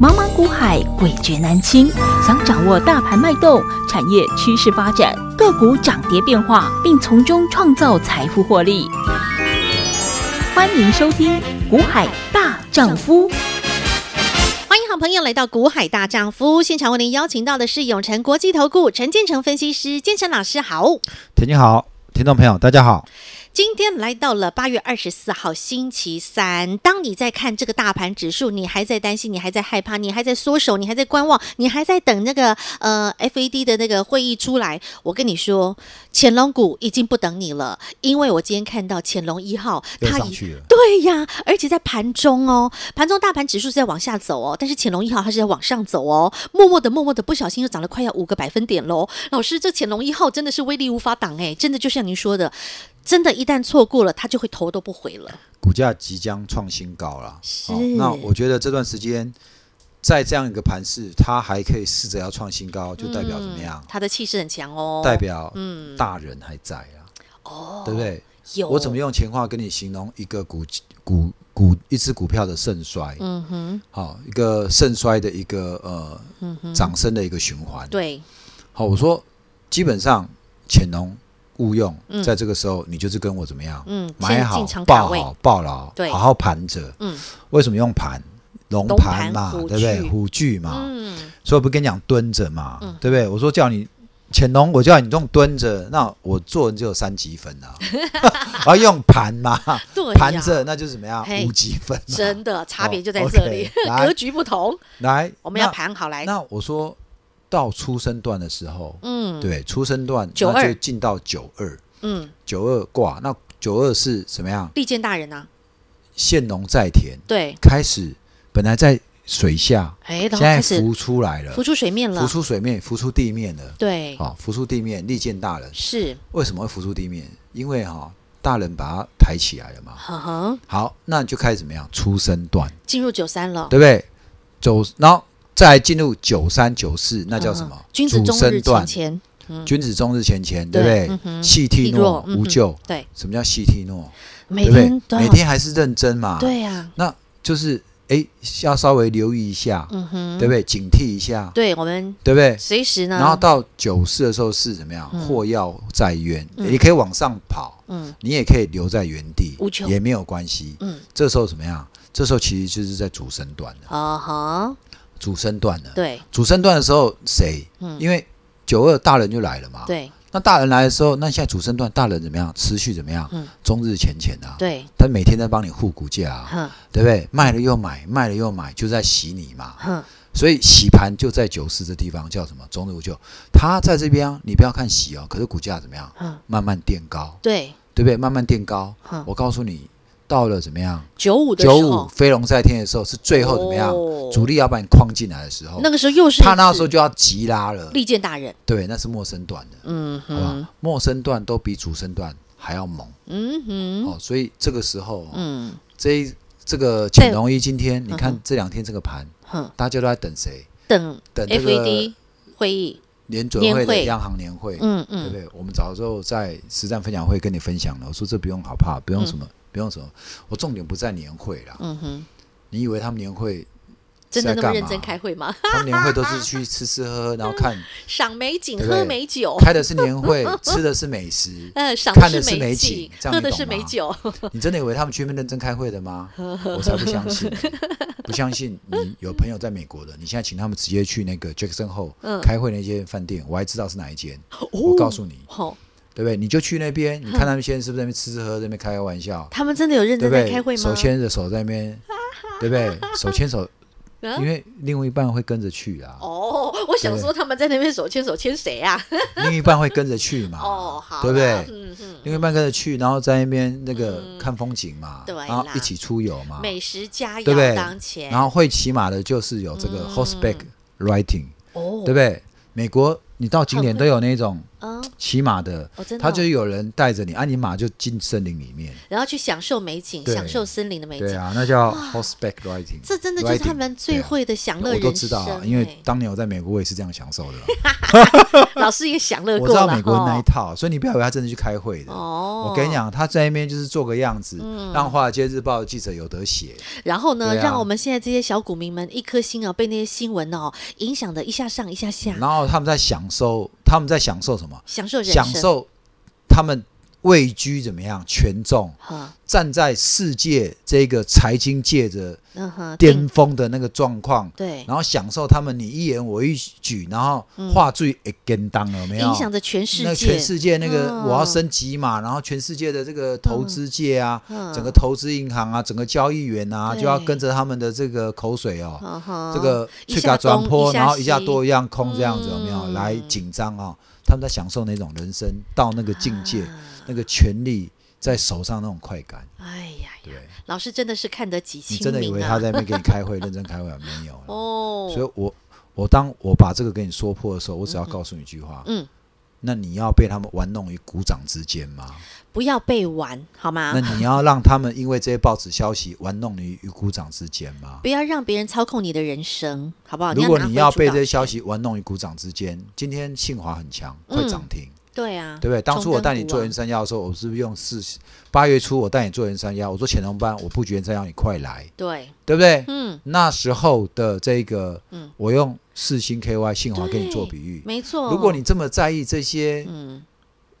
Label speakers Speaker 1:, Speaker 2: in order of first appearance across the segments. Speaker 1: 茫茫股海，诡谲难清。想掌握大盘脉动、产业趋势发展、个股涨跌变化，并从中创造财富获利，欢迎收听《股海大丈夫》。
Speaker 2: 欢迎好朋友来到股海大丈夫现场，为您邀请到的是永诚国际投顾陈建成分析师，建成老师好。
Speaker 3: 田静好，听众朋友大家好。
Speaker 2: 今天来到了八月二十四号星期三，当你在看这个大盘指数，你还在担心，你还在害怕，你还在缩手，你还在观望，你还在等那个呃 FAD 的那个会议出来。我跟你说，潜龙股已经不等你了，因为我今天看到潜龙一号，
Speaker 3: 又
Speaker 2: 它
Speaker 3: 上
Speaker 2: 已
Speaker 3: 去了
Speaker 2: 对呀，而且在盘中哦，盘中大盘指数是在往下走哦，但是潜龙一号它是在往上走哦，默默的默默的，不小心就涨了快要五个百分点喽。老师，这潜龙一号真的是威力无法挡哎，真的就像您说的，真的，一旦错过了，他就会头都不回了。
Speaker 3: 股价即将创新高了，
Speaker 2: 是
Speaker 3: 那我觉得这段时间在这样一个盘势，它还可以试着要创新高，就代表怎么样
Speaker 2: 嗯？他的气势很强哦，
Speaker 3: 代表
Speaker 2: 嗯
Speaker 3: 大人还在啊，
Speaker 2: 哦，
Speaker 3: 对不？对？
Speaker 2: 有
Speaker 3: 我怎么？用钱话跟你形容一个股股股一只股票的盛衰？
Speaker 2: 嗯哼，嗯
Speaker 3: 好，一个盛衰的一个呃涨升的一个循环。
Speaker 2: 对，
Speaker 3: 好，我说基本上潜龙勿用
Speaker 2: 嗯，
Speaker 3: 在这个时候你就是跟我怎么样？
Speaker 2: 嗯，
Speaker 3: 买
Speaker 2: 先
Speaker 3: 好
Speaker 2: 进场卡
Speaker 3: 抱
Speaker 2: 位，
Speaker 3: 好抱牢
Speaker 2: 对，
Speaker 3: 好好盘着。
Speaker 2: 嗯
Speaker 3: 为什么用盘？龙
Speaker 2: 龙盘
Speaker 3: 盘嘛，
Speaker 2: 虎
Speaker 3: 对不对
Speaker 2: 踞？
Speaker 3: 虎踞嘛，
Speaker 2: 嗯，
Speaker 3: 所以我不跟你讲蹲着嘛，
Speaker 2: 嗯
Speaker 3: 对不对？我说叫你潜龙，我叫你用蹲着，那我做人只有三级分 啊，我要用盘嘛，
Speaker 2: 对哎呀，
Speaker 3: 盘着那就是怎么样
Speaker 2: 嘿
Speaker 3: 五级分嘛。
Speaker 2: 真的差别就在
Speaker 3: 哦
Speaker 2: 这里，
Speaker 3: ，OK，来
Speaker 2: 格局不同，
Speaker 3: 来，
Speaker 2: 我们要
Speaker 3: 那。
Speaker 2: 盘好来。
Speaker 3: 那我说到出生段的时候，
Speaker 2: 嗯，，
Speaker 3: 对，出生段
Speaker 2: 92
Speaker 3: 那就进到九二，
Speaker 2: 嗯，
Speaker 3: 九二卦，那九二是怎么样？
Speaker 2: 利剑大人啊呐，
Speaker 3: 现龙在田，
Speaker 2: 对，
Speaker 3: 开始本来在水下，
Speaker 2: 哎，然后
Speaker 3: 现
Speaker 2: 开
Speaker 3: 在
Speaker 2: 始
Speaker 3: 浮出来了
Speaker 2: 浮，出水面了
Speaker 3: 浮，出水面，浮出地面了。
Speaker 2: 对，
Speaker 3: 好、浮出地面，利剑大人
Speaker 2: 是，
Speaker 3: 为什么会浮出地面？因为哈、大人把它抬起来了嘛。
Speaker 2: 呵呵，
Speaker 3: 好，那你就开始怎么样？出生段，
Speaker 2: 进入九三了，
Speaker 3: 对不对？走，然后再来进入九三九四，那叫什么
Speaker 2: 嗯？君子
Speaker 3: 主
Speaker 2: 终
Speaker 3: 升
Speaker 2: 日前
Speaker 3: 段，
Speaker 2: 乾，嗯
Speaker 3: 君子终日前乾，
Speaker 2: 对
Speaker 3: 对
Speaker 2: 嗯
Speaker 3: 不
Speaker 2: 哼
Speaker 3: 对？细
Speaker 2: 体
Speaker 3: 涕
Speaker 2: 弱
Speaker 3: 诺
Speaker 2: 嗯哼
Speaker 3: 无咎。
Speaker 2: 对，
Speaker 3: 什么叫细涕诺？
Speaker 2: 每
Speaker 3: 对不对
Speaker 2: 天？都要
Speaker 3: 每，天啊还是认真嘛。，
Speaker 2: 对呀，
Speaker 3: 那就是哎，要稍微留意一下，
Speaker 2: 嗯哼，
Speaker 3: 对不对？警惕一下，
Speaker 2: 对，我们
Speaker 3: 对不对？
Speaker 2: 随时呢，
Speaker 3: 然后到九四的时候是怎么样？
Speaker 2: 嗯
Speaker 3: 祸要在渊，
Speaker 2: 嗯
Speaker 3: 你可以往上跑，
Speaker 2: 嗯
Speaker 3: 你也可以留在原地
Speaker 2: 无求，
Speaker 3: 也没有关系。
Speaker 2: 嗯，
Speaker 3: 这时候怎么样？这时候其实就是在主升段了，
Speaker 2: 啊哈，
Speaker 3: 主升段了。
Speaker 2: 对
Speaker 3: 主升段的时候，谁？
Speaker 2: 嗯
Speaker 3: 因为九二大人就来了嘛。。
Speaker 2: 对
Speaker 3: 那大人来的时候，那现在主升段大人怎么样？持续怎么样
Speaker 2: 嗯？
Speaker 3: 终日浅浅啊，
Speaker 2: 对，嗯
Speaker 3: 他每天在帮你护股价啊，
Speaker 2: 哼
Speaker 3: 对不对？卖了又买，卖了又买，就在洗你嘛。
Speaker 2: 哼，
Speaker 3: 所以洗盘就在九四这地方，叫什么？中日无咎。它在这边、啊，你不要看洗哦，可是股价怎么样？
Speaker 2: 嗯
Speaker 3: 慢慢垫高，
Speaker 2: 对，
Speaker 3: 对不对？慢慢垫高。
Speaker 2: 嗯
Speaker 3: 我告诉你，到了怎么样？
Speaker 2: 九五的时
Speaker 3: 九五
Speaker 2: 候，
Speaker 3: 飞龙在天的时候，是最后怎么样？
Speaker 2: 哦
Speaker 3: 主力要把你框进来的时候，
Speaker 2: 那个时候又是
Speaker 3: 他那时候
Speaker 2: 一次
Speaker 3: 就要急拉了。
Speaker 2: 利剑大人，
Speaker 3: 对，那是陌生段的，
Speaker 2: 嗯
Speaker 3: 好
Speaker 2: 哼，
Speaker 3: 吧？陌生段都比主升段还要猛、
Speaker 2: 嗯哼，
Speaker 3: 哦，所以这个时候，哦
Speaker 2: 嗯
Speaker 3: 这一这个
Speaker 2: 在
Speaker 3: 潜龙一今天，你
Speaker 2: 嗯
Speaker 3: 看这两天这个盘，
Speaker 2: 哼，
Speaker 3: 大家都在等谁？
Speaker 2: 等
Speaker 3: 等这个
Speaker 2: FED 会议，
Speaker 3: 联准会
Speaker 2: 年会
Speaker 3: 的央行年会。
Speaker 2: 嗯
Speaker 3: 对不
Speaker 2: 嗯，
Speaker 3: 对？我们早之后在实战分享会跟你分享了，我说这不用好怕，不用什么，不用什么。我重点不在年会啦，
Speaker 2: 嗯哼，
Speaker 3: 你以为他们年会
Speaker 2: 真的
Speaker 3: 是
Speaker 2: 那
Speaker 3: 在
Speaker 2: 么
Speaker 3: 干
Speaker 2: 认真
Speaker 3: 嘛
Speaker 2: 开会吗？
Speaker 3: 他们年会都是去吃吃喝喝，然后看
Speaker 2: 赏美景，
Speaker 3: 对不对
Speaker 2: 喝美酒。
Speaker 3: 开的是年会，吃的是美食。
Speaker 2: 呃，赏
Speaker 3: 看的
Speaker 2: 是
Speaker 3: 是美
Speaker 2: 景
Speaker 3: 景，这样
Speaker 2: 喝
Speaker 3: 你
Speaker 2: 的
Speaker 3: 懂
Speaker 2: 是美
Speaker 3: 吗
Speaker 2: 酒，
Speaker 3: 你真的以为他们去那边认真开会的吗？我才不 相信呢，不相信你有朋友在美国的，你现在请他们直接去那个 Jackson Hole
Speaker 2: 嗯
Speaker 3: 开会那间饭店，我还知道是哪一间。 我告诉你，
Speaker 2: 哦，
Speaker 3: 对不对？你就去那边，你看他们现在是不是在那边吃吃喝，喝，在那边开开玩笑，
Speaker 2: 他们真的有认
Speaker 3: 对
Speaker 2: 真
Speaker 3: 不
Speaker 2: 在开会
Speaker 3: 对？
Speaker 2: 吗？
Speaker 3: 手牵着手在那 边，对不对？手牵手，
Speaker 2: 啊
Speaker 3: 因为另外一半会跟着去啊，
Speaker 2: 哦， 我想
Speaker 3: 对
Speaker 2: 说他们在那边手牵手牵谁啊？
Speaker 3: 另一半会跟着去嘛，
Speaker 2: 哦，好啦，
Speaker 3: 对不对？
Speaker 2: 嗯嗯，
Speaker 3: 另外一半跟着去，然后在那边那
Speaker 2: 嗯
Speaker 3: 个看风景嘛，
Speaker 2: 对啦
Speaker 3: 然后一起出游嘛，
Speaker 2: 美食佳
Speaker 3: 啊对不
Speaker 2: 肴
Speaker 3: 对
Speaker 2: 当前，
Speaker 3: 然后会骑马的就是有这个
Speaker 2: 嗯
Speaker 3: horseback riding，
Speaker 2: 哦，
Speaker 3: 对不对？美国你到景点都有那种
Speaker 2: 嗯，
Speaker 3: 骑马的，
Speaker 2: 哦真的哦
Speaker 3: 他就有人带着你，啊，你马就进森林里面。
Speaker 2: 然后去享受美景，
Speaker 3: 对
Speaker 2: 享受森林的美
Speaker 3: 对
Speaker 2: 景。
Speaker 3: 啊，那叫 horseback riding。
Speaker 2: 这真的就是
Speaker 3: riding，
Speaker 2: 他们最
Speaker 3: 对啊
Speaker 2: 会的享乐
Speaker 3: 我
Speaker 2: 人生。
Speaker 3: 都知道啊，因为
Speaker 2: 哎
Speaker 3: 当年我在美国，我也是这样享受的 啊。
Speaker 2: 老师也享乐
Speaker 3: 我
Speaker 2: 过
Speaker 3: 知
Speaker 2: 了。
Speaker 3: 道美国那一
Speaker 2: 哦
Speaker 3: 套，所以你不要以为他真的去开会的。
Speaker 2: 哦，嗯
Speaker 3: 我跟你，讲，他在那边就是做个样子，让《华尔街日报》的记者有得写。
Speaker 2: 然后呢，
Speaker 3: 对啊
Speaker 2: 让我们现在这些小股民们一颗心啊，被那些新闻哦影响的一下上一下下，
Speaker 3: 然后他们在享受，他们在享受什么？
Speaker 2: 享受人生。
Speaker 3: 享受他们位居怎么样权重，
Speaker 2: 哈，
Speaker 3: 站在世界这个财经界的
Speaker 2: 嗯哼，
Speaker 3: 巅
Speaker 2: 定
Speaker 3: 峰的那个状况，
Speaker 2: 对，
Speaker 3: 然后享受他们你一言我一举，然后话最一根当有没
Speaker 2: 嗯
Speaker 3: 有？
Speaker 2: 影响着全世
Speaker 3: 那
Speaker 2: 界。
Speaker 3: 全世界那个
Speaker 2: 嗯
Speaker 3: 我要升级嘛，然后全世界的这个投资界啊，
Speaker 2: 嗯
Speaker 3: 整个投资银行啊，整个交易员啊，
Speaker 2: 对
Speaker 3: 就要跟着他们的这个口水哦，
Speaker 2: 嗯哼，
Speaker 3: 这个
Speaker 2: 一
Speaker 3: 去
Speaker 2: 下
Speaker 3: 嘎
Speaker 2: 东
Speaker 3: 转坡，
Speaker 2: 一下
Speaker 3: 然后一下
Speaker 2: 西
Speaker 3: 多一样空这样子有没有？
Speaker 2: 嗯
Speaker 3: 来紧张啊，他们在享受那种人生到那个境界，
Speaker 2: 啊
Speaker 3: 那个权力在手上那种快感。
Speaker 2: 哎呀呀，
Speaker 3: 对，
Speaker 2: 老师真的是看得极清
Speaker 3: 你
Speaker 2: 明啊！
Speaker 3: 真的以为他在那边给你开会，认真开会啊没有？
Speaker 2: 哦，
Speaker 3: 所以我我当我把这个跟你说破的时候，我只要告诉你一句话，
Speaker 2: 嗯，
Speaker 3: 那你要被他们玩弄于股掌之间吗？
Speaker 2: 不要被玩好吗
Speaker 3: 那？你要让他们因为这些报纸消息玩弄你与股掌之间吗？
Speaker 2: 不要让别人操控你的人生，好不好？
Speaker 3: 如果
Speaker 2: 拿
Speaker 3: 你
Speaker 2: 回
Speaker 3: 要
Speaker 2: 主
Speaker 3: 被
Speaker 2: 导
Speaker 3: 这些消
Speaker 2: 权，
Speaker 3: 息玩弄于股掌之间，今天信华很强，
Speaker 2: 嗯
Speaker 3: 会涨停，
Speaker 2: 对啊，
Speaker 3: 对不对？当初我带你
Speaker 2: 重
Speaker 3: 做
Speaker 2: 登
Speaker 3: 人
Speaker 2: 古
Speaker 3: 三幺的时候，我是不是用四八月初我带你做人三幺？我说潜龙班，我布局人三幺，你快来，
Speaker 2: 啊对，
Speaker 3: 对不对？
Speaker 2: 嗯，
Speaker 3: 那时候的这个
Speaker 2: 嗯，
Speaker 3: 我用四星 KY 信华跟你做比喻。
Speaker 2: 没错。
Speaker 3: 如果你这么在意这些
Speaker 2: 嗯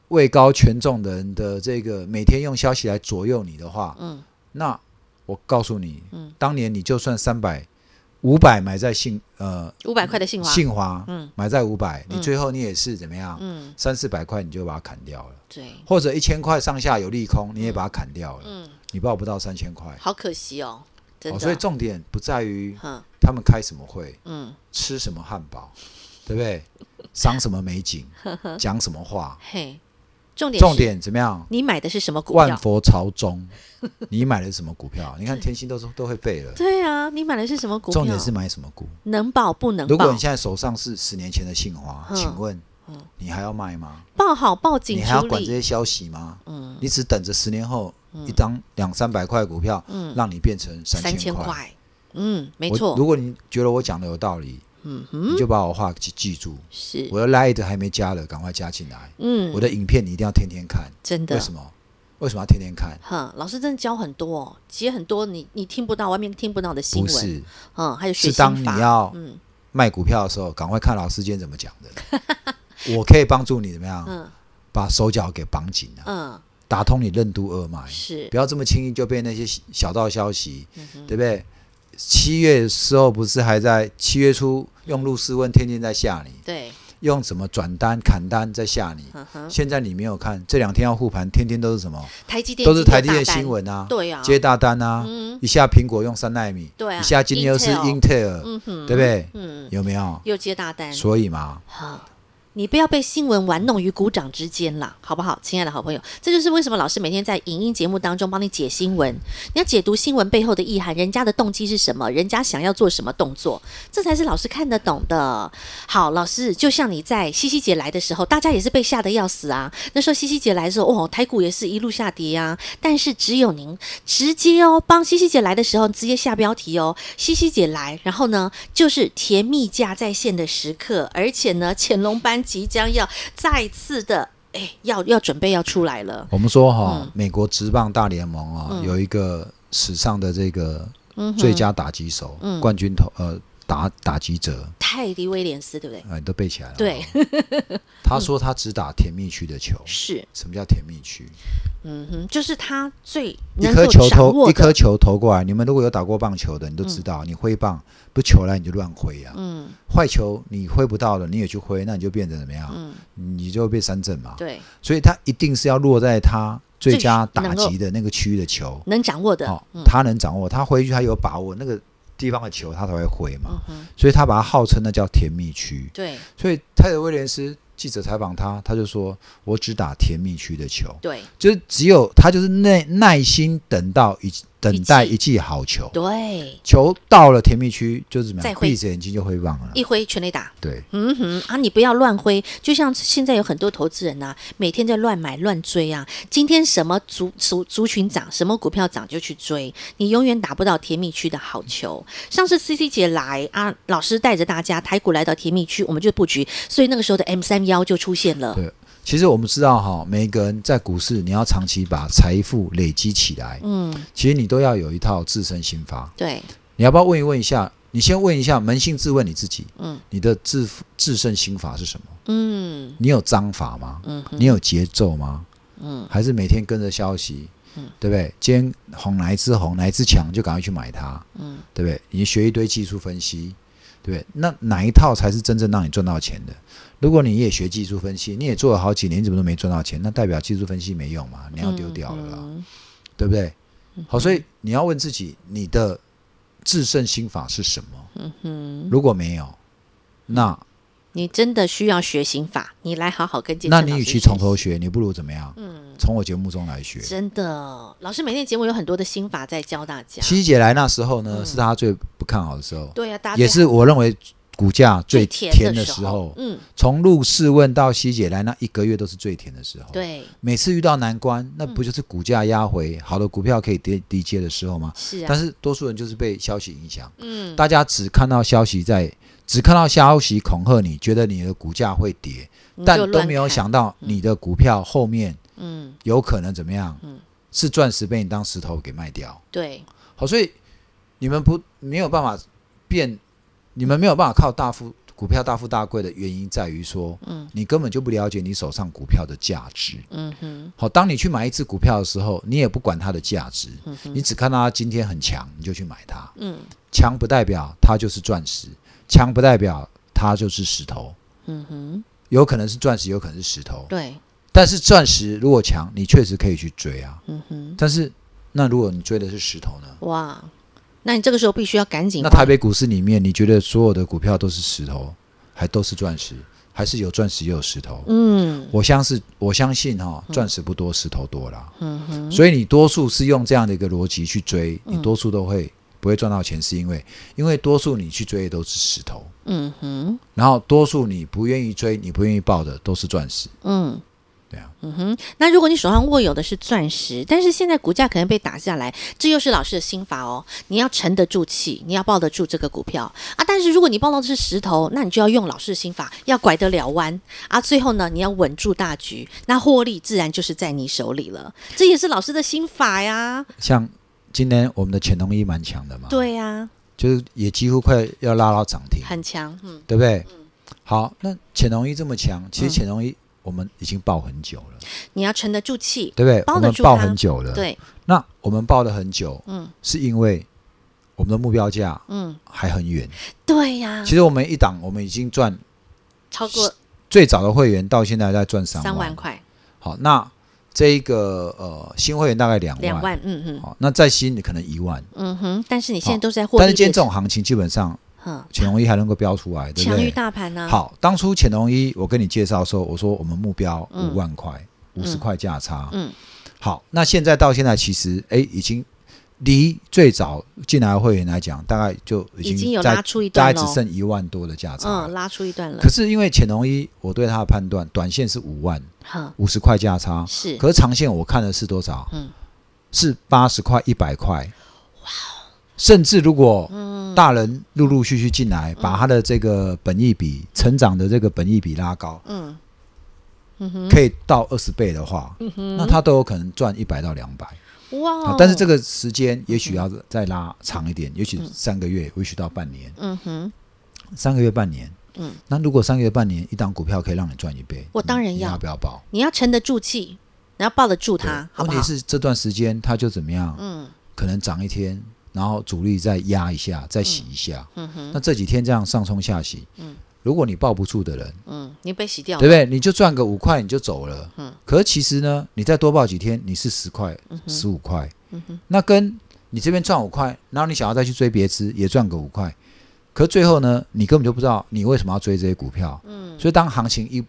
Speaker 3: 位高权重的人的这个每天用消息来左右你的话，
Speaker 2: 嗯
Speaker 3: 那我告诉你，
Speaker 2: 嗯
Speaker 3: 当年你就算三百、五百买在信呃
Speaker 2: 五百块的信华，
Speaker 3: 信华，
Speaker 2: 嗯
Speaker 3: 买在五百，你
Speaker 2: 嗯
Speaker 3: 最后你也是怎么样？
Speaker 2: 嗯
Speaker 3: 三四百块你就把它砍掉了，
Speaker 2: 对，
Speaker 3: 或者一千块上下有利空，你也把它砍掉了，
Speaker 2: 嗯，
Speaker 3: 你报不到三千块。
Speaker 2: 好可惜哦，真
Speaker 3: 哦，
Speaker 2: 的。
Speaker 3: 所以重点不在于
Speaker 2: 嗯
Speaker 3: 他们开什么会，
Speaker 2: 嗯，
Speaker 3: 吃什么汉堡，对 不对？赏什么美景，讲什么话，
Speaker 2: 嘿，重点
Speaker 3: 重
Speaker 2: 是
Speaker 3: 点怎么样？
Speaker 2: 你买的是什么股
Speaker 3: 万
Speaker 2: 票？
Speaker 3: 佛朝 宗，你买的是什么股票？啊你看甜心都说都会背了。
Speaker 2: 对啊，你买的是什么股票？
Speaker 3: 重点是买什么股？
Speaker 2: 能保不能
Speaker 3: 如果
Speaker 2: 保
Speaker 3: 你？现在手上是十年前的信华，
Speaker 2: 嗯
Speaker 3: 请问
Speaker 2: 嗯
Speaker 3: 你还要卖吗？
Speaker 2: 报好报警
Speaker 3: 你还要
Speaker 2: 处
Speaker 3: 管这
Speaker 2: 理。
Speaker 3: 些消息吗？
Speaker 2: 嗯
Speaker 3: 你只等着十年后一张两三百块的股票，
Speaker 2: 嗯，
Speaker 3: 让你变成三
Speaker 2: 千
Speaker 3: 千块。
Speaker 2: 块。嗯，没
Speaker 3: 我
Speaker 2: 错
Speaker 3: 如。果你觉得我讲的有道理，
Speaker 2: 嗯
Speaker 3: 你
Speaker 2: 哼，
Speaker 3: 就把我话记记住。
Speaker 2: 是。
Speaker 3: 我的 Lite 还没加的，赶快加进来。
Speaker 2: 嗯，
Speaker 3: 我的影片你一定要天天看，
Speaker 2: 真的
Speaker 3: 为。什么？为什么要天天看？
Speaker 2: 哼，老师真的教很多、哦，解很多你你听不到、外面听不到的新
Speaker 3: 不
Speaker 2: 闻。
Speaker 3: 是，
Speaker 2: 嗯，还有学
Speaker 3: 是当
Speaker 2: 心
Speaker 3: 你
Speaker 2: 法
Speaker 3: 要
Speaker 2: 嗯
Speaker 3: 卖股票的时候，赶快看老师今天怎么讲的。 我可以帮助你怎么样，
Speaker 2: 嗯
Speaker 3: 把手脚给绑紧啊，
Speaker 2: 嗯，
Speaker 3: 打通你任督二脉。
Speaker 2: 是嗯
Speaker 3: 哎不要这么轻易就被那些小小道消息，对不对？七月的时候不是还在七月初用入市问天天在吓你，
Speaker 2: 对，
Speaker 3: 用什么转单砍单在吓你。
Speaker 2: 嗯哼，
Speaker 3: 现在你没有看这两天要护盘，天天都是什么？
Speaker 2: 台积电
Speaker 3: 都是
Speaker 2: 今天
Speaker 3: 台积电
Speaker 2: 大单
Speaker 3: 新，闻啊，
Speaker 2: 对啊，
Speaker 3: 接大单啊，
Speaker 2: 嗯
Speaker 3: 一下苹果用三纳米，
Speaker 2: 对啊
Speaker 3: 一下今天又是
Speaker 2: Intel
Speaker 3: Intel，
Speaker 2: 嗯哼，
Speaker 3: 对不对？
Speaker 2: 嗯，
Speaker 3: 有没有？
Speaker 2: 又接大单，
Speaker 3: 所以嘛，
Speaker 2: 好，你不要被新闻玩弄于股掌之间啦，好不好，亲爱的好朋友？这就是为什么老师每天在影音节目当中帮你解新闻，你要解读新闻背后的意涵，人家的动机是什么，人家想要做什么动作，这才是老师看得懂的。好，老师，就像你在西西姐来的时候，大家也是被吓得要死啊。那时候西西姐来的时候，哦，台股也是一路下跌啊。但是只有您直接哦，帮西西姐来的时候直接下标题哦，西西姐来，然后呢就是甜蜜价在线的时刻，而且呢潜龙班即将要再次的哎，要要准备要出来了。
Speaker 3: 我们说哈、
Speaker 2: 嗯
Speaker 3: 美国职棒大联盟啊、
Speaker 2: 嗯
Speaker 3: 有一个史上的这个
Speaker 2: 嗯哼
Speaker 3: 最佳打击手、
Speaker 2: 嗯
Speaker 3: 冠军投呃打打击者，
Speaker 2: 泰迪威廉斯对不对？
Speaker 3: 啊、你都背起来了。
Speaker 2: 对， 嗯
Speaker 3: 他说他只打甜蜜区的球。
Speaker 2: 是，
Speaker 3: 什么叫甜蜜区？
Speaker 2: 嗯哼，就是他最
Speaker 3: 一
Speaker 2: 能
Speaker 3: 颗
Speaker 2: 够
Speaker 3: 球
Speaker 2: 掌
Speaker 3: 投
Speaker 2: 握
Speaker 3: 一
Speaker 2: 的，
Speaker 3: 颗球投过来，你们如果有打过棒球的，你都知道，你挥棒不是球来你就乱挥啊。
Speaker 2: 嗯
Speaker 3: 坏球你挥不到了，你也去挥，那你就变成怎么样？
Speaker 2: 嗯，
Speaker 3: 你就被三振嘛。
Speaker 2: 对，
Speaker 3: 所以他一定是要落在他最佳
Speaker 2: 最
Speaker 3: 打
Speaker 2: 能够
Speaker 3: 击的那个区域的球。
Speaker 2: 能掌握的，
Speaker 3: 哦
Speaker 2: 嗯，
Speaker 3: 他能掌握，他挥去他有把握，那个地方的球他才会挥嘛，
Speaker 2: 嗯哼，
Speaker 3: 所以他把它号称那叫甜蜜区。
Speaker 2: 对
Speaker 3: 所以泰德威廉斯记者采访他，他就说：“我只打甜蜜区的球，
Speaker 2: 对，
Speaker 3: 就是只有他就是耐耐心等到一等待一记好球，
Speaker 2: 对，
Speaker 3: 球到了甜蜜区就是怎么
Speaker 2: 再
Speaker 3: 样，
Speaker 2: 挥
Speaker 3: 闭着眼睛就挥棒了。
Speaker 2: 一挥全力打。
Speaker 3: 对，
Speaker 2: 嗯哼啊，你不要乱挥，就像现在有很多投资人啊，每天在乱买乱追啊。今天什么族族族群涨，什么股票涨就去追，你永远打不到甜蜜区的好球。上次 C C 姐来啊，老师带着大家台股来到甜蜜区，我们就布局，所以那个时候的 M 三幺就出现了。
Speaker 3: 对其实我们知道哈，每一个人在股市，你要长期把财富累积起来，
Speaker 2: 嗯，
Speaker 3: 其实你都要有一套自身心法。
Speaker 2: 对，
Speaker 3: 你要不要问一问一下？你先问一下，扪心自问你自己，
Speaker 2: 嗯，
Speaker 3: 你的自自身心法是什么？
Speaker 2: 嗯
Speaker 3: 你有章法吗？
Speaker 2: 嗯哼
Speaker 3: 你有节奏吗？
Speaker 2: 嗯，
Speaker 3: 还是每天跟着消息？
Speaker 2: 嗯，
Speaker 3: 对不对？今天红哪一支红，哪一支强，就赶快去买它，
Speaker 2: 嗯，
Speaker 3: 对不对？你学一堆技术分析，对不对？那哪一套才是真正让你赚到钱的？如果你也学技术分析，你也做了好几年，你怎么都没赚到钱？那代表技术分析没用嘛？你要丢掉了啦，
Speaker 2: 嗯
Speaker 3: 对不对？好，所以你要问自己，你的制胜心法是什么？
Speaker 2: 嗯哼，
Speaker 3: 如果没有，那
Speaker 2: 你真的需要学刑法，你来好好跟健
Speaker 3: 那
Speaker 2: 身
Speaker 3: 你
Speaker 2: 老
Speaker 3: 与
Speaker 2: 师
Speaker 3: 其
Speaker 2: 学
Speaker 3: 从头
Speaker 2: 习
Speaker 3: 学，你不如怎么样？
Speaker 2: 嗯，啊
Speaker 3: 从我节目中来学。
Speaker 2: 真的，老师每天节目有很多的心法在教大家。
Speaker 3: 七姐来那时候呢，
Speaker 2: 嗯
Speaker 3: 是她最不看好的时候，
Speaker 2: 对呀、啊，大家
Speaker 3: 也
Speaker 2: 最
Speaker 3: 是我认为股价
Speaker 2: 最
Speaker 3: 最甜
Speaker 2: 的
Speaker 3: 的时候。
Speaker 2: 嗯，
Speaker 3: 从入市问到西姐来那一个月都是最甜的时候。，
Speaker 2: 对，嗯
Speaker 3: 每次遇到难关，那不就是股价压回，好的股票可以跌低接的时候吗？
Speaker 2: 是啊
Speaker 3: 但，是多数人就是被消息影响，
Speaker 2: 嗯，
Speaker 3: 大家只看到消息在，只看到消息恐吓你，觉得你的股价会跌，
Speaker 2: 你嗯
Speaker 3: 但
Speaker 2: 就
Speaker 3: 都
Speaker 2: 乱
Speaker 3: 没有
Speaker 2: 看，
Speaker 3: 想到你的股票后面
Speaker 2: 嗯，
Speaker 3: 有可能怎么样？
Speaker 2: 嗯
Speaker 3: 是钻石被你当石头给卖掉。
Speaker 2: 对，
Speaker 3: 好，所以你们不没有办法变，你们没有办法靠大富股票大富大贵的原因在于说，
Speaker 2: 嗯
Speaker 3: 你根本就不了解你手上股票的价值。
Speaker 2: 嗯哼，
Speaker 3: 好，当你去买一只股票的时候，你也不管它的价值，
Speaker 2: 嗯哼，
Speaker 3: 你只看到它今天很强，你就去买它。
Speaker 2: 嗯
Speaker 3: 强不代表它就是钻石，强不代表它就是石头，
Speaker 2: 嗯哼，
Speaker 3: 有可能是钻石，有可能是石头。
Speaker 2: 对，
Speaker 3: 但是钻石如果强，你确实可以去追啊。
Speaker 2: 嗯哼，
Speaker 3: 但是那如果你追的是石头呢？
Speaker 2: 哇，那你这个时候必须要赶紧
Speaker 3: 那
Speaker 2: 花，
Speaker 3: 台北股市里面，你觉得所有的股票都是石头，还都是钻石，还是有钻石也有石头？
Speaker 2: 嗯
Speaker 3: 我相信，我相信哈、钻石不多，石头多啦。
Speaker 2: 嗯哼，嗯
Speaker 3: 所以你多数是用这样的一个逻辑去追，你多数都会不会赚到钱，是因为因为多数你去追的都是石头，
Speaker 2: 嗯哼，
Speaker 3: 然后多数你不愿意追、你不愿意报的都是钻石。
Speaker 2: 嗯。
Speaker 3: 对啊，
Speaker 2: 嗯哼，那如果你手上握有的是钻石，但是现在股价可能被打下来，这又是老师的心法哦。你要沉得住气，你要抱得住这个股票啊。但是如果你抱到的是石头，那你就要用老师的心法，要拐得了弯啊。最后呢，你要稳住大局，那获利自然就是在你手里了。这也是老师的心法呀。
Speaker 3: 像今天我们的潜龙一蛮强的嘛，，
Speaker 2: 对呀、
Speaker 3: 就是也几乎快要拉到涨停，
Speaker 2: 很强。嗯
Speaker 3: 对不对？好，那潜龙一这么强，其实潜龙一我们已经报很久了，
Speaker 2: 你要沉得住气。
Speaker 3: 对不对？
Speaker 2: 包
Speaker 3: 我
Speaker 2: 得
Speaker 3: 们
Speaker 2: 住它
Speaker 3: 报很久了。，
Speaker 2: 对，
Speaker 3: 那我们报了很久，
Speaker 2: 嗯
Speaker 3: 是因为我们的目标价
Speaker 2: 嗯，
Speaker 3: 还很远。
Speaker 2: 对呀、
Speaker 3: 其实我们一档，我们已经赚
Speaker 2: 超过
Speaker 3: 最早的会员到现在在赚三
Speaker 2: 三万
Speaker 3: 万。
Speaker 2: 块，
Speaker 3: 好，那这一个呃新会员大概两
Speaker 2: 两
Speaker 3: 万，
Speaker 2: 万，嗯嗯
Speaker 3: 好，那再新可能一万。
Speaker 2: 嗯哼。但是你现在
Speaker 3: 好
Speaker 2: 都是在获利
Speaker 3: 但是
Speaker 2: 列车，
Speaker 3: 今天这种行情，基本上
Speaker 2: 嗯
Speaker 3: 潜龙一还能够标出来，对不
Speaker 2: 强于
Speaker 3: 对？
Speaker 2: 大盘啊呢、，
Speaker 3: 好，当初潜龙一我跟你介绍的时候，我说我们目标五万块，
Speaker 2: 嗯
Speaker 3: 五十块价差。
Speaker 2: 嗯
Speaker 3: 好，那现在到现在，其实哎，已经离最早进来的会员来讲，大概就
Speaker 2: 已
Speaker 3: 已
Speaker 2: 经
Speaker 3: 经
Speaker 2: 有
Speaker 3: 在
Speaker 2: 拉出一
Speaker 3: 大概
Speaker 2: 段
Speaker 3: 只
Speaker 2: 喽，
Speaker 3: 剩一万多的价差。
Speaker 2: 嗯，拉出一段了
Speaker 3: 可，是因为潜龙一，我对它的判断，短线是五万
Speaker 2: 哈，
Speaker 3: 五十块价差，
Speaker 2: 是，
Speaker 3: 可是长线我看的是多少？
Speaker 2: 嗯
Speaker 3: 是八十块、一百块。甚至如果
Speaker 2: 嗯
Speaker 3: 大人陆陆续续进来，把他的这个本益比、成长的这个本益比拉高，
Speaker 2: 嗯
Speaker 3: 可以到二十倍的话，那他都有可能赚一百到两百。
Speaker 2: 哇哦
Speaker 3: 啊，但是这
Speaker 2: 个，
Speaker 3: 个时间也许要再拉长一点，也许三个月，也许到半年，
Speaker 2: 嗯哼，
Speaker 3: 三个月半年。
Speaker 2: 嗯，
Speaker 3: 那如果三个月半年一档股票可以让你赚一倍，
Speaker 2: 我当然
Speaker 3: 你你
Speaker 2: 要
Speaker 3: 要不要报？
Speaker 2: 你要沉得住气，你要抱得住它，好
Speaker 3: 问
Speaker 2: 不
Speaker 3: 题
Speaker 2: 好？
Speaker 3: 是这段时间它就怎么样？
Speaker 2: 嗯
Speaker 3: 可能涨一天，然后主力再压一下，再洗一下。
Speaker 2: 嗯哼，
Speaker 3: 那这几天这样上冲下洗，
Speaker 2: 嗯
Speaker 3: 如果你抱不住的人，
Speaker 2: 嗯，你被洗掉
Speaker 3: 对
Speaker 2: 了，
Speaker 3: 不对？你就赚个五块你就走了。
Speaker 2: 嗯
Speaker 3: 可是其实呢，你再多报几天，你是十块、十五块，
Speaker 2: 嗯
Speaker 3: 那跟你这边赚五块，然后你想要再去追别只，也赚个五块，可最后呢，你根本就不知道你为什么要追这些股票。
Speaker 2: 嗯
Speaker 3: 所以当行情一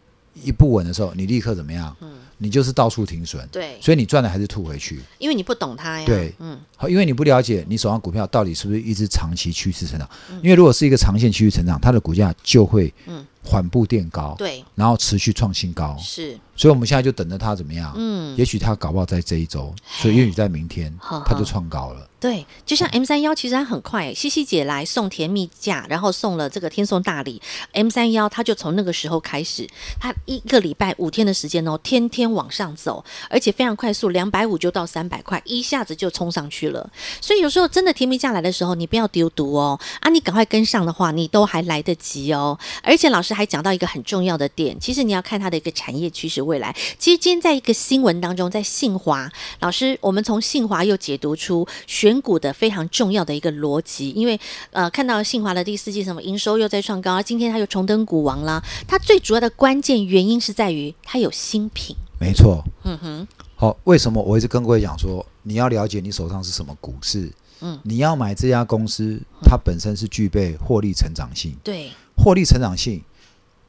Speaker 3: 一不稳的时候，你立刻怎么样？
Speaker 2: 嗯
Speaker 3: 你就是到处停损，
Speaker 2: 对，
Speaker 3: 所以你赚的还是吐回去。
Speaker 2: 因为你不懂它呀。
Speaker 3: 对哦
Speaker 2: 嗯，
Speaker 3: 好，因为你不了解你手上股票到底是不是一只长期趋势成长，因为如果是一个长线趋势成长，它的股价就会
Speaker 2: 嗯
Speaker 3: 缓步垫高，
Speaker 2: 对，
Speaker 3: 然后持续创新高，
Speaker 2: 是，
Speaker 3: 所以我们现在就等着它怎么样？
Speaker 2: 嗯，
Speaker 3: 也许它搞不好在这一周，所以也许在明天
Speaker 2: 呵呵
Speaker 3: 它就创高了。
Speaker 2: 对，就像 M 三幺，其实它很快，西西姐来送甜蜜价，然后送了这个天送大礼，M 三幺，它就从那个时候开始，它一个礼拜五天的时间哦，天天往上走，而且非常快速，两百五就到三百块，一下子就冲上去了。所以有时候真的甜蜜价来的时候，你不要丢毒哦，啊，你赶快跟上的话，你都还来得及哦。而且老师还讲到一个很重要的点，其实你要看它的一个产业趋势未来。其实今天在一个新闻当中，在信华老师，我们从信华又解读出选股的非常重要的一个逻辑，因为呃，看到信华的第四季什么营收又在创高，今天它又重登股王啦。它最主要的关键原因是在于它有新品，
Speaker 3: 没错，
Speaker 2: 嗯哼，
Speaker 3: 好，为什么我一直跟各位讲说，你要了解你手上是什么股市？
Speaker 2: 嗯
Speaker 3: 你要买这家公司，它本身是具备获利成长性，
Speaker 2: 对，
Speaker 3: 获利成长性。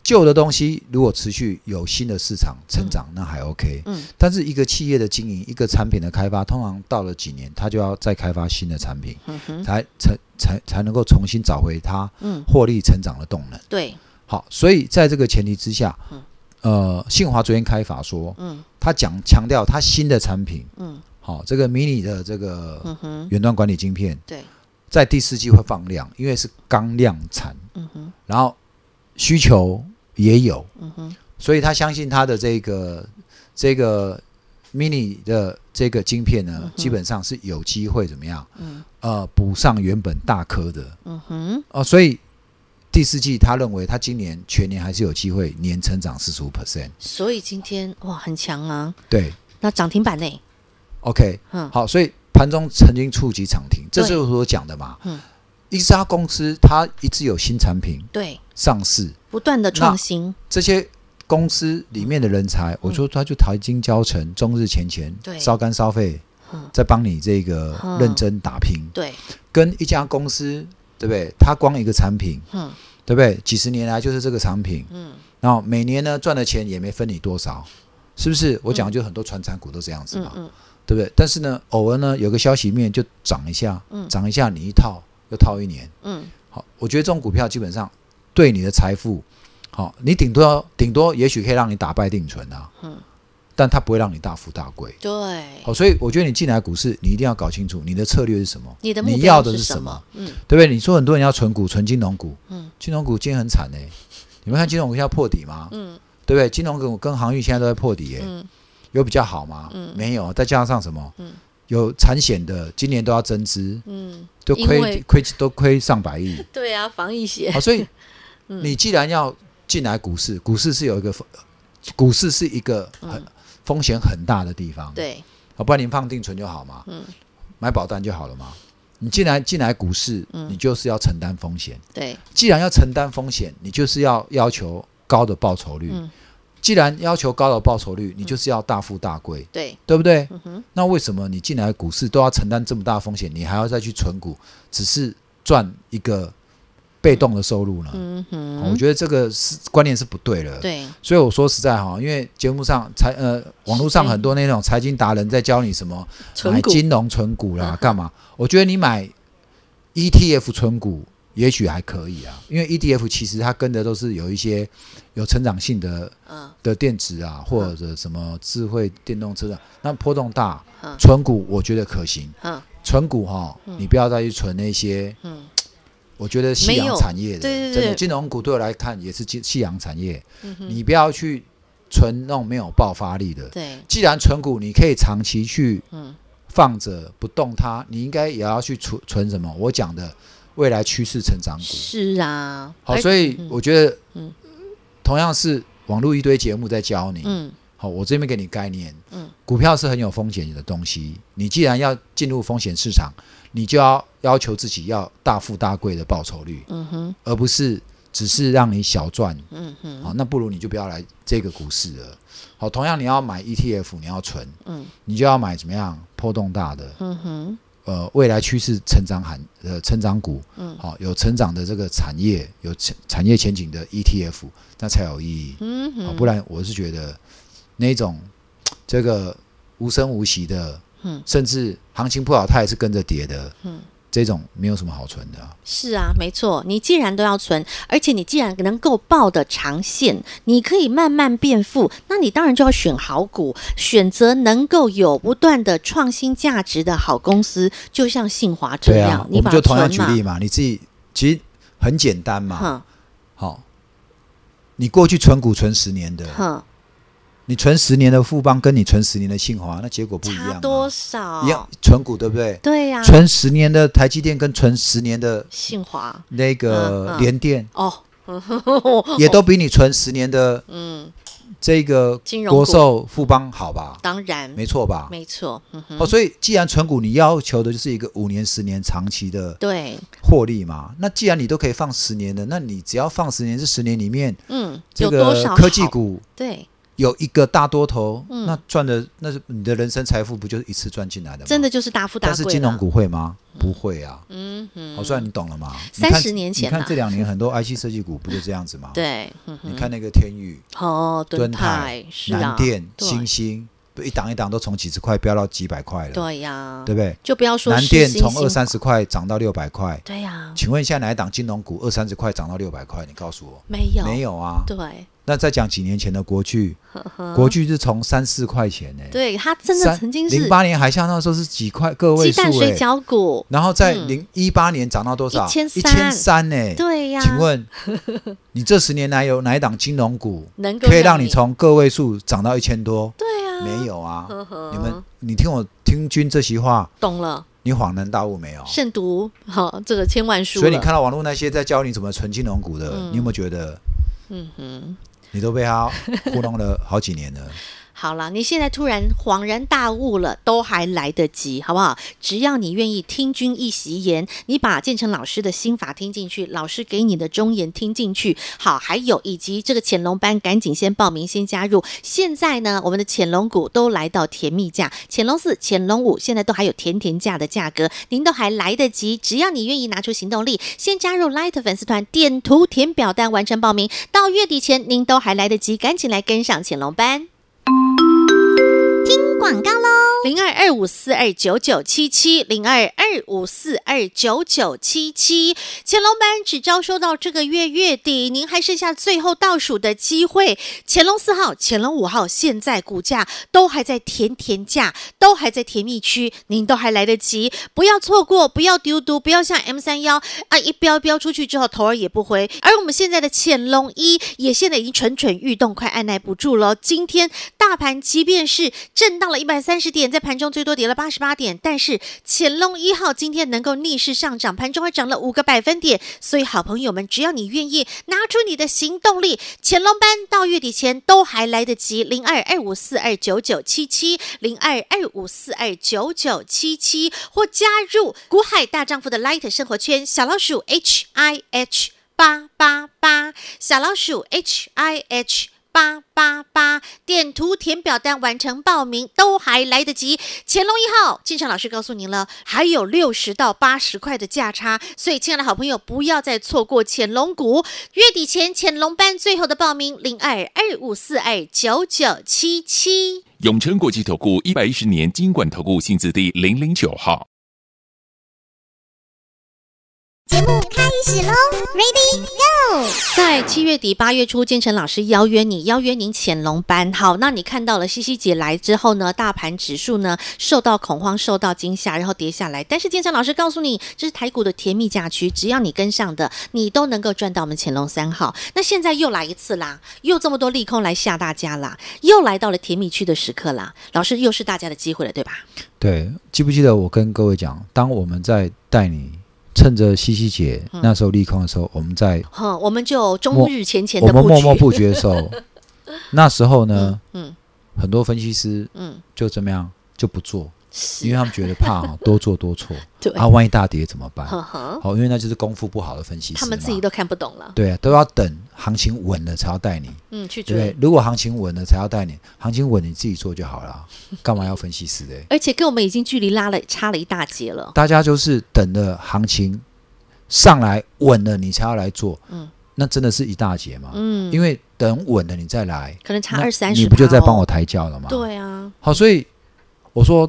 Speaker 3: 旧的东西如果持续有新的市场成长，那还 OK。
Speaker 2: 嗯，
Speaker 3: 但是一个企业的经营，一个产品的开发，通常到了几年，它就要再开发新的产品，
Speaker 2: 嗯哼，
Speaker 3: 才才才才能够重新找回它
Speaker 2: 嗯，
Speaker 3: 获利成长的动能。
Speaker 2: 对，
Speaker 3: 好，所以在这个前提之下
Speaker 2: 嗯，
Speaker 3: 呃，信华昨天开法说，
Speaker 2: 嗯
Speaker 3: 他讲强调他新的产品，
Speaker 2: 嗯
Speaker 3: 好、这个迷你的这个
Speaker 2: 嗯哼，
Speaker 3: 远端管理晶片
Speaker 2: 对，
Speaker 3: 在第四季会放量，因为是刚量产，
Speaker 2: 嗯哼，
Speaker 3: 然后需求也有，
Speaker 2: 嗯哼，
Speaker 3: 所以他相信他的这个这个 mini 的这个晶片呢，基本上是有机会怎么样？
Speaker 2: 嗯
Speaker 3: 呃，补上原本大颗的
Speaker 2: 嗯哼，
Speaker 3: 哦、所以第四季他认为他今年全年还是有机会年成长四十五 percent。
Speaker 2: 所以今天哇很强啊，
Speaker 3: 对
Speaker 2: 那涨停板呢？
Speaker 3: ，OK，
Speaker 2: 嗯，
Speaker 3: 好，所以盘中曾经触及涨停，这
Speaker 2: 对
Speaker 3: 就是我讲的嘛。
Speaker 2: 嗯
Speaker 3: 一家公司它一直有新产品
Speaker 2: 对，
Speaker 3: 上市，
Speaker 2: 不断的创新，
Speaker 3: 这些公司里面的人才，我说他就台金交城、中日前前
Speaker 2: 嗯对、
Speaker 3: 烧干烧费
Speaker 2: 嗯，
Speaker 3: 在帮你这个
Speaker 2: 嗯
Speaker 3: 认真打拼，
Speaker 2: 对，
Speaker 3: 跟一家公司，对不对？它光一个产品，
Speaker 2: 嗯
Speaker 3: 对不对？几十年来就是这个产品，
Speaker 2: 嗯，
Speaker 3: 然后每年呢赚的钱也没分你多少，是不是？我讲就很多传产股都这样子
Speaker 2: 嗯
Speaker 3: 嘛，
Speaker 2: 嗯，
Speaker 3: 对不对？但是呢，偶尔呢有个消息面就涨一下，
Speaker 2: 嗯
Speaker 3: 涨一下你一套又套一年，
Speaker 2: 嗯，
Speaker 3: 好，我觉得这种股票基本上对你的财富，好、你顶多顶多也许可以让你打败定存啊，
Speaker 2: 嗯
Speaker 3: 但它不会让你大富大贵。
Speaker 2: 对，
Speaker 3: 好，所以我觉得你进来股市，你一定要搞清楚你的策略是什么，
Speaker 2: 你的目
Speaker 3: 要
Speaker 2: 标
Speaker 3: 的
Speaker 2: 是
Speaker 3: 什
Speaker 2: 什么？嗯，
Speaker 3: 对不对？你说很多人要存股，存金融股，
Speaker 2: 嗯
Speaker 3: 金融股今天很惨哎、你们看金融股现在破底吗？
Speaker 2: 嗯
Speaker 3: 对不对？金融股跟航运现在都在破底耶、
Speaker 2: 嗯
Speaker 3: 有比较好吗？
Speaker 2: 嗯
Speaker 3: 没有，啊再加上什么？
Speaker 2: 嗯
Speaker 3: 有产险的今年都要增资，
Speaker 2: 嗯，
Speaker 3: 都
Speaker 2: 因为
Speaker 3: 亏亏都亏上百亿。
Speaker 2: 对啊，防疫险
Speaker 3: 好，所以你既然要进来股市，股市是有一个风，股市是一个很、风险很大的地方，，
Speaker 2: 嗯对，
Speaker 3: 好，不然你放定存就好嘛，
Speaker 2: 嗯
Speaker 3: 买保单就好了嘛。你进来进来股市，
Speaker 2: 嗯
Speaker 3: 你就是要承担风险。
Speaker 2: 对，
Speaker 3: 既然要承担风险，你就是要要求高的报酬率。
Speaker 2: 嗯
Speaker 3: 既然要求高的报酬率，你就是要大富大贵，
Speaker 2: 对，
Speaker 3: 对不对？
Speaker 2: 嗯哼，
Speaker 3: 那为什么你进来股市都要承担这么大风险，你还要再去存股，只是赚一个被动的收入呢？
Speaker 2: 嗯
Speaker 3: 哦我
Speaker 2: 哼，
Speaker 3: 觉得这个是观念是不对的。，
Speaker 2: 对，
Speaker 3: 所以我说实在哈，因为节目上财呃网络上很多那种财经达人在教你什么
Speaker 2: 存
Speaker 3: 买
Speaker 2: 股嗯
Speaker 3: 金融存股啦，干嘛？我觉得你买 ETF 存股也许还可以啊，因为 ETF 其实它跟的都是有一些有成长性的
Speaker 2: 嗯
Speaker 3: 的电子啊，或者什么智慧电动车的，啊那波动大
Speaker 2: 嗯，
Speaker 3: 存股我觉得可行。
Speaker 2: 嗯
Speaker 3: 存股哈，你不要再去存那些
Speaker 2: 嗯，
Speaker 3: 我觉得夕
Speaker 2: 没
Speaker 3: 阳
Speaker 2: 有
Speaker 3: 产业的，
Speaker 2: 对对
Speaker 3: 真的
Speaker 2: 对
Speaker 3: 金融股对我来看也是夕夕阳产业。
Speaker 2: 嗯哼
Speaker 3: 你不要去存那种没有爆发力的。
Speaker 2: 对，
Speaker 3: 既然存股你可以长期去
Speaker 2: 嗯
Speaker 3: 放着不动它，你应该也要去存存什么？我讲的未来趋势成长股。
Speaker 2: 是啊，
Speaker 3: 好，
Speaker 2: 而
Speaker 3: 所以
Speaker 2: 嗯
Speaker 3: 我觉得，
Speaker 2: 嗯
Speaker 3: 同样是网络一堆节目在教你。
Speaker 2: 嗯
Speaker 3: 好，我这边给你概念，
Speaker 2: 嗯
Speaker 3: 股票是很有风险的东西。你既然要进入风险市场，你就要要求自己要大富大贵的报酬率。
Speaker 2: 嗯哼
Speaker 3: 而不是只是让你小赚
Speaker 2: 嗯哼
Speaker 3: 啊、那不如你就不要来这个股市了。好，同样你要买 ETF，你要存，
Speaker 2: 嗯
Speaker 3: 你就要买怎么样波动大的，
Speaker 2: 嗯哼
Speaker 3: 呃，未来趋势成长含呃成长股，
Speaker 2: 嗯
Speaker 3: 好、有成长的这个产业，有产产业前 E 景的 ETF，那才有意义。
Speaker 2: 嗯
Speaker 3: 啊、
Speaker 2: 哼，
Speaker 3: 不然我是觉得那种嘖这个无声无息的，
Speaker 2: 嗯，
Speaker 3: 甚至行情不好，它也是跟着跌的，
Speaker 2: 嗯，
Speaker 3: 这种没有什么好存的啊、
Speaker 2: 是啊，没错。你既然都要存，而且你既然能够报的长线，你可以慢慢变富，那你当然就要选好股，选择能够有不断的创新价值的好公司，就像信华这
Speaker 3: 对
Speaker 2: 样。
Speaker 3: 啊，
Speaker 2: 你
Speaker 3: 我
Speaker 2: 把它
Speaker 3: 们就同样
Speaker 2: 存
Speaker 3: 举
Speaker 2: 嘛，
Speaker 3: 例嘛，你自己其实很简单嘛，
Speaker 2: 哼
Speaker 3: 好、你过去存股存十年的，
Speaker 2: 哼，
Speaker 3: 你存十年的富邦跟你存十年的信华，那结果不一样、
Speaker 2: 差
Speaker 3: 啊，
Speaker 2: 多少？嗯
Speaker 3: 一样存股对不对？
Speaker 2: 对呀、
Speaker 3: 存十年的台积电跟存十年的
Speaker 2: 信华
Speaker 3: 那
Speaker 2: 嗯
Speaker 3: 个
Speaker 2: 嗯
Speaker 3: 联电，
Speaker 2: 哦，
Speaker 3: 也都比你存十年的
Speaker 2: 嗯，
Speaker 3: 这个
Speaker 2: 金融股
Speaker 3: 国寿富邦好吧？
Speaker 2: 当然
Speaker 3: 没错吧？
Speaker 2: 没错，嗯哼，
Speaker 3: 哦，所以既然存股你要求的就是一个五年、十年长期的
Speaker 2: 对，
Speaker 3: 获利嘛，那既然你都可以放十年的，那你只要放十年，这十年里面
Speaker 2: 嗯，
Speaker 3: 这
Speaker 2: 有多
Speaker 3: 个
Speaker 2: 少
Speaker 3: 科技
Speaker 2: 好？
Speaker 3: 股
Speaker 2: 对，
Speaker 3: 有一个大多头，
Speaker 2: 嗯
Speaker 3: 那赚的那是你的人生财富不就是一次赚进来的吗？
Speaker 2: 真的就是大富大
Speaker 3: 但
Speaker 2: 贵
Speaker 3: 是
Speaker 2: 了。
Speaker 3: 金融股会吗？不会啊。
Speaker 2: 嗯哼，
Speaker 3: 好，虽然你懂了吗？
Speaker 2: 30
Speaker 3: 你看
Speaker 2: 年前
Speaker 3: 你看
Speaker 2: 啊
Speaker 3: 这两年很多 IC 设计股不就这样子吗？，
Speaker 2: 对，嗯哼
Speaker 3: 你看那个天宇、
Speaker 2: 哦，
Speaker 3: 敦
Speaker 2: 泰
Speaker 3: 泰、
Speaker 2: 是啊
Speaker 3: 南，电、
Speaker 2: 对
Speaker 3: 星星，不一档一档都从几十块飙到几百块了，
Speaker 2: 对呀，
Speaker 3: 对不对？
Speaker 2: 就不要说
Speaker 3: 南
Speaker 2: 是
Speaker 3: 电
Speaker 2: 星
Speaker 3: 从
Speaker 2: 星啊
Speaker 3: 二三十块涨到六百块，
Speaker 2: 对呀，
Speaker 3: 请问一下哪一档金融股二三十块涨到六百块？你告诉我，
Speaker 2: 没有
Speaker 3: 没有啊？
Speaker 2: 对，
Speaker 3: 那再讲几年前的国巨，
Speaker 2: 呵呵
Speaker 3: 国巨是从三四块钱呢、
Speaker 2: 对他真的曾经是
Speaker 3: 零八年还像那时候是几块个位
Speaker 2: 鸡
Speaker 3: 数
Speaker 2: 蛋
Speaker 3: 哎、
Speaker 2: 水饺股，
Speaker 3: 然后在
Speaker 2: 嗯
Speaker 3: 零一八年涨到多少？
Speaker 2: 1300
Speaker 3: 三呢？
Speaker 2: 对啊呀，
Speaker 3: 哎请 问你这十年来有哪一档金融股
Speaker 2: 能够
Speaker 3: 可以让你从个位数涨到一千多？
Speaker 2: 对啊，
Speaker 3: 没有啊！
Speaker 2: 呵呵，
Speaker 3: 你们，你听我听君这席话，
Speaker 2: 懂了，
Speaker 3: 你恍然大悟没有？
Speaker 2: 慎独好这个千万书
Speaker 3: 哦所以你
Speaker 2: 了
Speaker 3: 看到网络那些在教你怎么存金融股的，
Speaker 2: 嗯
Speaker 3: 你有没有觉得
Speaker 2: 嗯哼。
Speaker 3: 你都被他糊弄了好几年了？
Speaker 2: 好了，你现在突然恍然大悟了，都还来得及，好不好？只要你愿意听君一席言，你把建成老师的心法听进去，老师给你的忠言听进去。好，还有以及这个潜龙班，赶紧先报名，先加入。现在呢，我们的潜龙股都来到甜蜜价，潜龙四、潜龙五现在都还有甜甜价的价格，您都还来得及。只要你愿意拿出行动力，先加入 Light 粉丝团，点图填表单完成报名，到月底前您都还来得及，赶紧来跟上潜龙班。广告喽，零二二五四二九九七七，零二二五四二九九七七。乾隆班只招收到这个月月底，您还剩下最后倒数的机会。乾隆四号、乾隆五号现在股价都还在甜甜价，都还在甜蜜区，您都还来得及，不要错过，不要丢丢，不要像 M 三幺啊一标标出去之后头儿也不回。而我们现在的潜龙一也现在已经蠢蠢欲动，快按耐不住了。今天大盘即便是震荡了一百三十点，在盘中最多跌了八十八点，但是潜龙一号今天能够逆势上涨，盘中还涨了五个百分点。所以好朋友们，只要你愿意拿出你的行动力，潜龙班到月底前都还来得及。零二二五四二九九七七，零二二五四二九九七七，或加入股海大丈夫的 Light 生活圈小老鼠 H I H 八八八，小老鼠 H I H。八八八，点图填表单完成报名都还来得及。乾隆一号，进场老师告诉您了，还有六十到八十块的价差，所以亲爱的好朋友，不要再错过潜龙股。月底前潜龙班最后的报名，零二二五四二九九七七。
Speaker 4: 永诚国际投顾一百一十年金管投顾性质第零零九号。
Speaker 2: 在七月底八月初，建成老师邀约你，邀约您潜龙班。好，那你看到了西西姐来之后呢，大盘指数呢受到恐慌、受到惊吓，然后跌下来。但是建成老师告诉你，这是台股的甜蜜价区，只要你跟上的，你都能够赚到我们潜龙三号。那现在又来一次啦，又这么多利空来吓大家啦，又来到了甜蜜区的时刻啦。老师又是大家的机会了，对吧？
Speaker 3: 对，记不记得我跟各位讲，当我们在带你趁着西西姐
Speaker 2: 嗯
Speaker 3: 那时候利空的时嗯候，我们在
Speaker 2: 哼，我们就终
Speaker 3: 默
Speaker 2: 日前前
Speaker 3: 我
Speaker 2: 的布
Speaker 3: 们
Speaker 2: 局，
Speaker 3: 默默布局的 时候，那时候呢，
Speaker 2: 嗯
Speaker 3: 很多分析师
Speaker 2: 嗯，
Speaker 3: 就怎么样就不做，
Speaker 2: 是
Speaker 3: 因为，他们觉得怕哈多做多错
Speaker 2: 对，
Speaker 3: 啊，万一大跌怎么办？
Speaker 2: 呵呵，
Speaker 3: 好，因为那就是功夫不好的分析师嘛，
Speaker 2: 他们自己都看不懂了，
Speaker 3: 对啊，都要等行情稳了才要带你，
Speaker 2: 嗯，去
Speaker 3: 对不
Speaker 2: 追
Speaker 3: 对。？如果行情稳了才要带你，行情稳你自己做就 好了，啊干嘛要分析师的？
Speaker 2: 而且跟我们已经距离拉了差了一大截了。
Speaker 3: 大家就是等了行情上来稳了，你才要来做。
Speaker 2: 嗯
Speaker 3: 那真的是一大截嘛。
Speaker 2: 嗯，
Speaker 3: 因为等稳了你再来，
Speaker 2: 可能差
Speaker 3: 那
Speaker 2: 二三十，哦
Speaker 3: 你不就在帮我？抬轿了吗？。
Speaker 2: 对啊，
Speaker 3: 好，所以我说，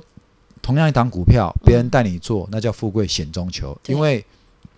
Speaker 3: 同样一档股票，别人带你做，那叫富贵险中求，
Speaker 2: 嗯对
Speaker 3: 因为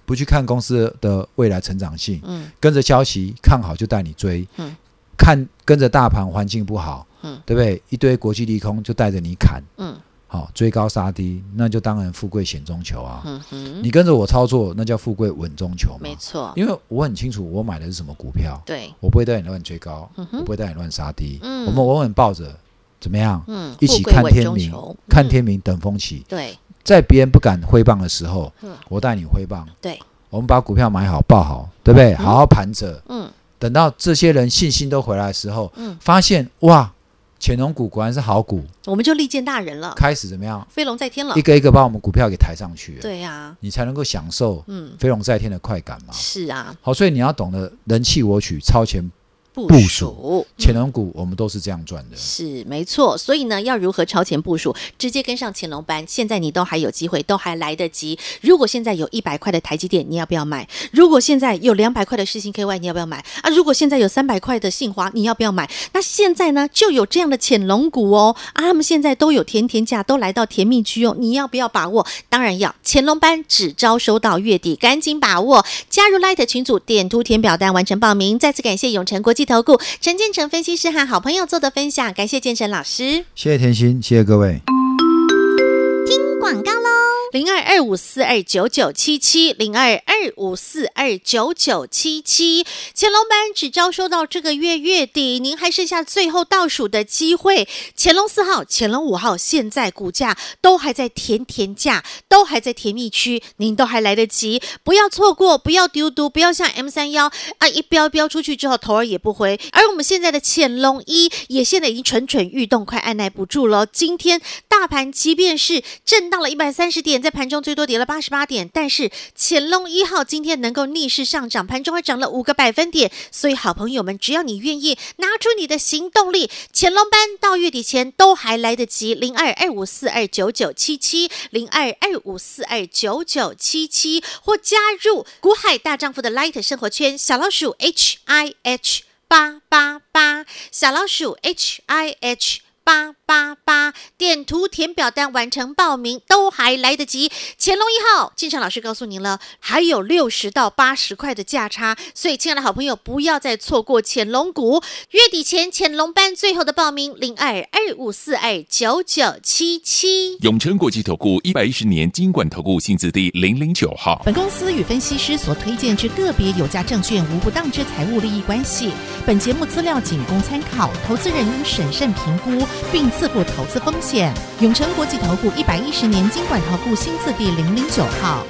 Speaker 3: 不去看公司的未来成长性，
Speaker 2: 嗯
Speaker 3: 跟着消息看好就带你追，
Speaker 2: 嗯
Speaker 3: 看跟着大盘环境不好，
Speaker 2: 嗯
Speaker 3: 对不对？一堆国际利空就带着你砍，
Speaker 2: 嗯
Speaker 3: 好、追高杀低，那就当然富贵险中求啊。
Speaker 2: 嗯哼，
Speaker 3: 你跟着我操作，那叫富贵稳中求嘛
Speaker 2: 没。错，
Speaker 3: 因为我很清楚我买的是什么股票，
Speaker 2: 对，
Speaker 3: 我不会带你乱追高，
Speaker 2: 嗯
Speaker 3: 我
Speaker 2: 哼，
Speaker 3: 不会带你乱杀低，
Speaker 2: 嗯
Speaker 3: 我们稳稳抱着，怎么样？
Speaker 2: 嗯，
Speaker 3: 一
Speaker 2: 富
Speaker 3: 起
Speaker 2: 贵
Speaker 3: 看
Speaker 2: 稳
Speaker 3: 天
Speaker 2: 中
Speaker 3: 明
Speaker 2: 求，
Speaker 3: 看
Speaker 2: 嗯
Speaker 3: 天明等风起，
Speaker 2: 对
Speaker 3: 在别人不敢挥棒的时候
Speaker 2: 嗯，
Speaker 3: 我带你挥棒。
Speaker 2: 对，
Speaker 3: 我们把股票买好、抱好，对不对？好好盘着，
Speaker 2: 嗯
Speaker 3: 等到这些人信心都回来的时候
Speaker 2: 嗯，
Speaker 3: 发现哇，潜龙股果然是好股，
Speaker 2: 我们就利剑大人了，
Speaker 3: 开始怎么样？
Speaker 2: 飞龙在天了
Speaker 3: 一，个一个把我们股票给抬上去，
Speaker 2: 啊对呀，
Speaker 3: 你才能够享受
Speaker 2: 嗯，
Speaker 3: 飞龙在天的快感嘛。
Speaker 2: 是啊，
Speaker 3: 好，所以你要懂得人气我取，超
Speaker 2: 嗯
Speaker 3: 前
Speaker 2: 部
Speaker 3: 部
Speaker 2: 署嗯
Speaker 3: 潜龙股，我们都是这样赚的。
Speaker 2: 是没错，所以呢，要如何超前部署，直接跟上潜龙班？现在你都还有机会，都还来得及。如果现在有一百块的台积电，你要不要买？如果现在有两百块的世星 KY，你要不要买啊？如果现在有三百块的信华，你要不要买？那现在呢，就有这样的潜龙股哦，啊，他们现在都有甜甜价，都来到甜蜜区哦，你要不要把握？当然要，潜龙班只招收到月底，赶紧把握。加入 Light 群组，点图填表单完成报名。再次感谢永诚国际投顾陈建成分析师和好朋友做的分享，感谢建成老师。
Speaker 3: 谢谢甜心，谢谢各位。
Speaker 2: 广告喽，零二二五四二九九七七，零二二五四二九九七七。乾隆班只招收到这个月月底，您还剩下最后倒数的机会。乾隆四号、乾隆五号现在股价都还在甜甜价，都还在甜蜜区，您都还来得及，不要错过，不要丢丢，不要像 M 三幺啊一标标出去之后头儿也不回。而我们现在的乾隆一也现在已经蠢蠢欲动，快按耐不住了。今天大盘即便是震荡了一百三十点，在盘中最多跌了八十八点，但是潜龙一号今天能够逆势上涨，盘中还涨了五个百分点。所以，好朋友们，只要你愿意拿出你的行动力，潜龙班到月底前都还来得及。零二二五四二九九七七，零二二五四二九九七七，或加入股海大丈夫的 Light 生活圈小老鼠 H I H 八八八，小老鼠 H I H。八八八，点图填表单完成报名都还来得及。乾隆一号，进场老师告诉您了，还有六十到八十块的价差，所以亲爱的好朋友，不要再错过潜龙股。月底前潜龙班最后的报名，零二二五四二九九七七。
Speaker 4: 永诚国际投顾一百一十年金管投顾性质第零零九号。
Speaker 5: 本公司与分析师所推荐之个别有价证券无不当之财务利益关系。本节目资料仅供参考，投资人应审慎评估并自负投资风险。永诚国际投顾一百一十年经管投顾新字第零零九号。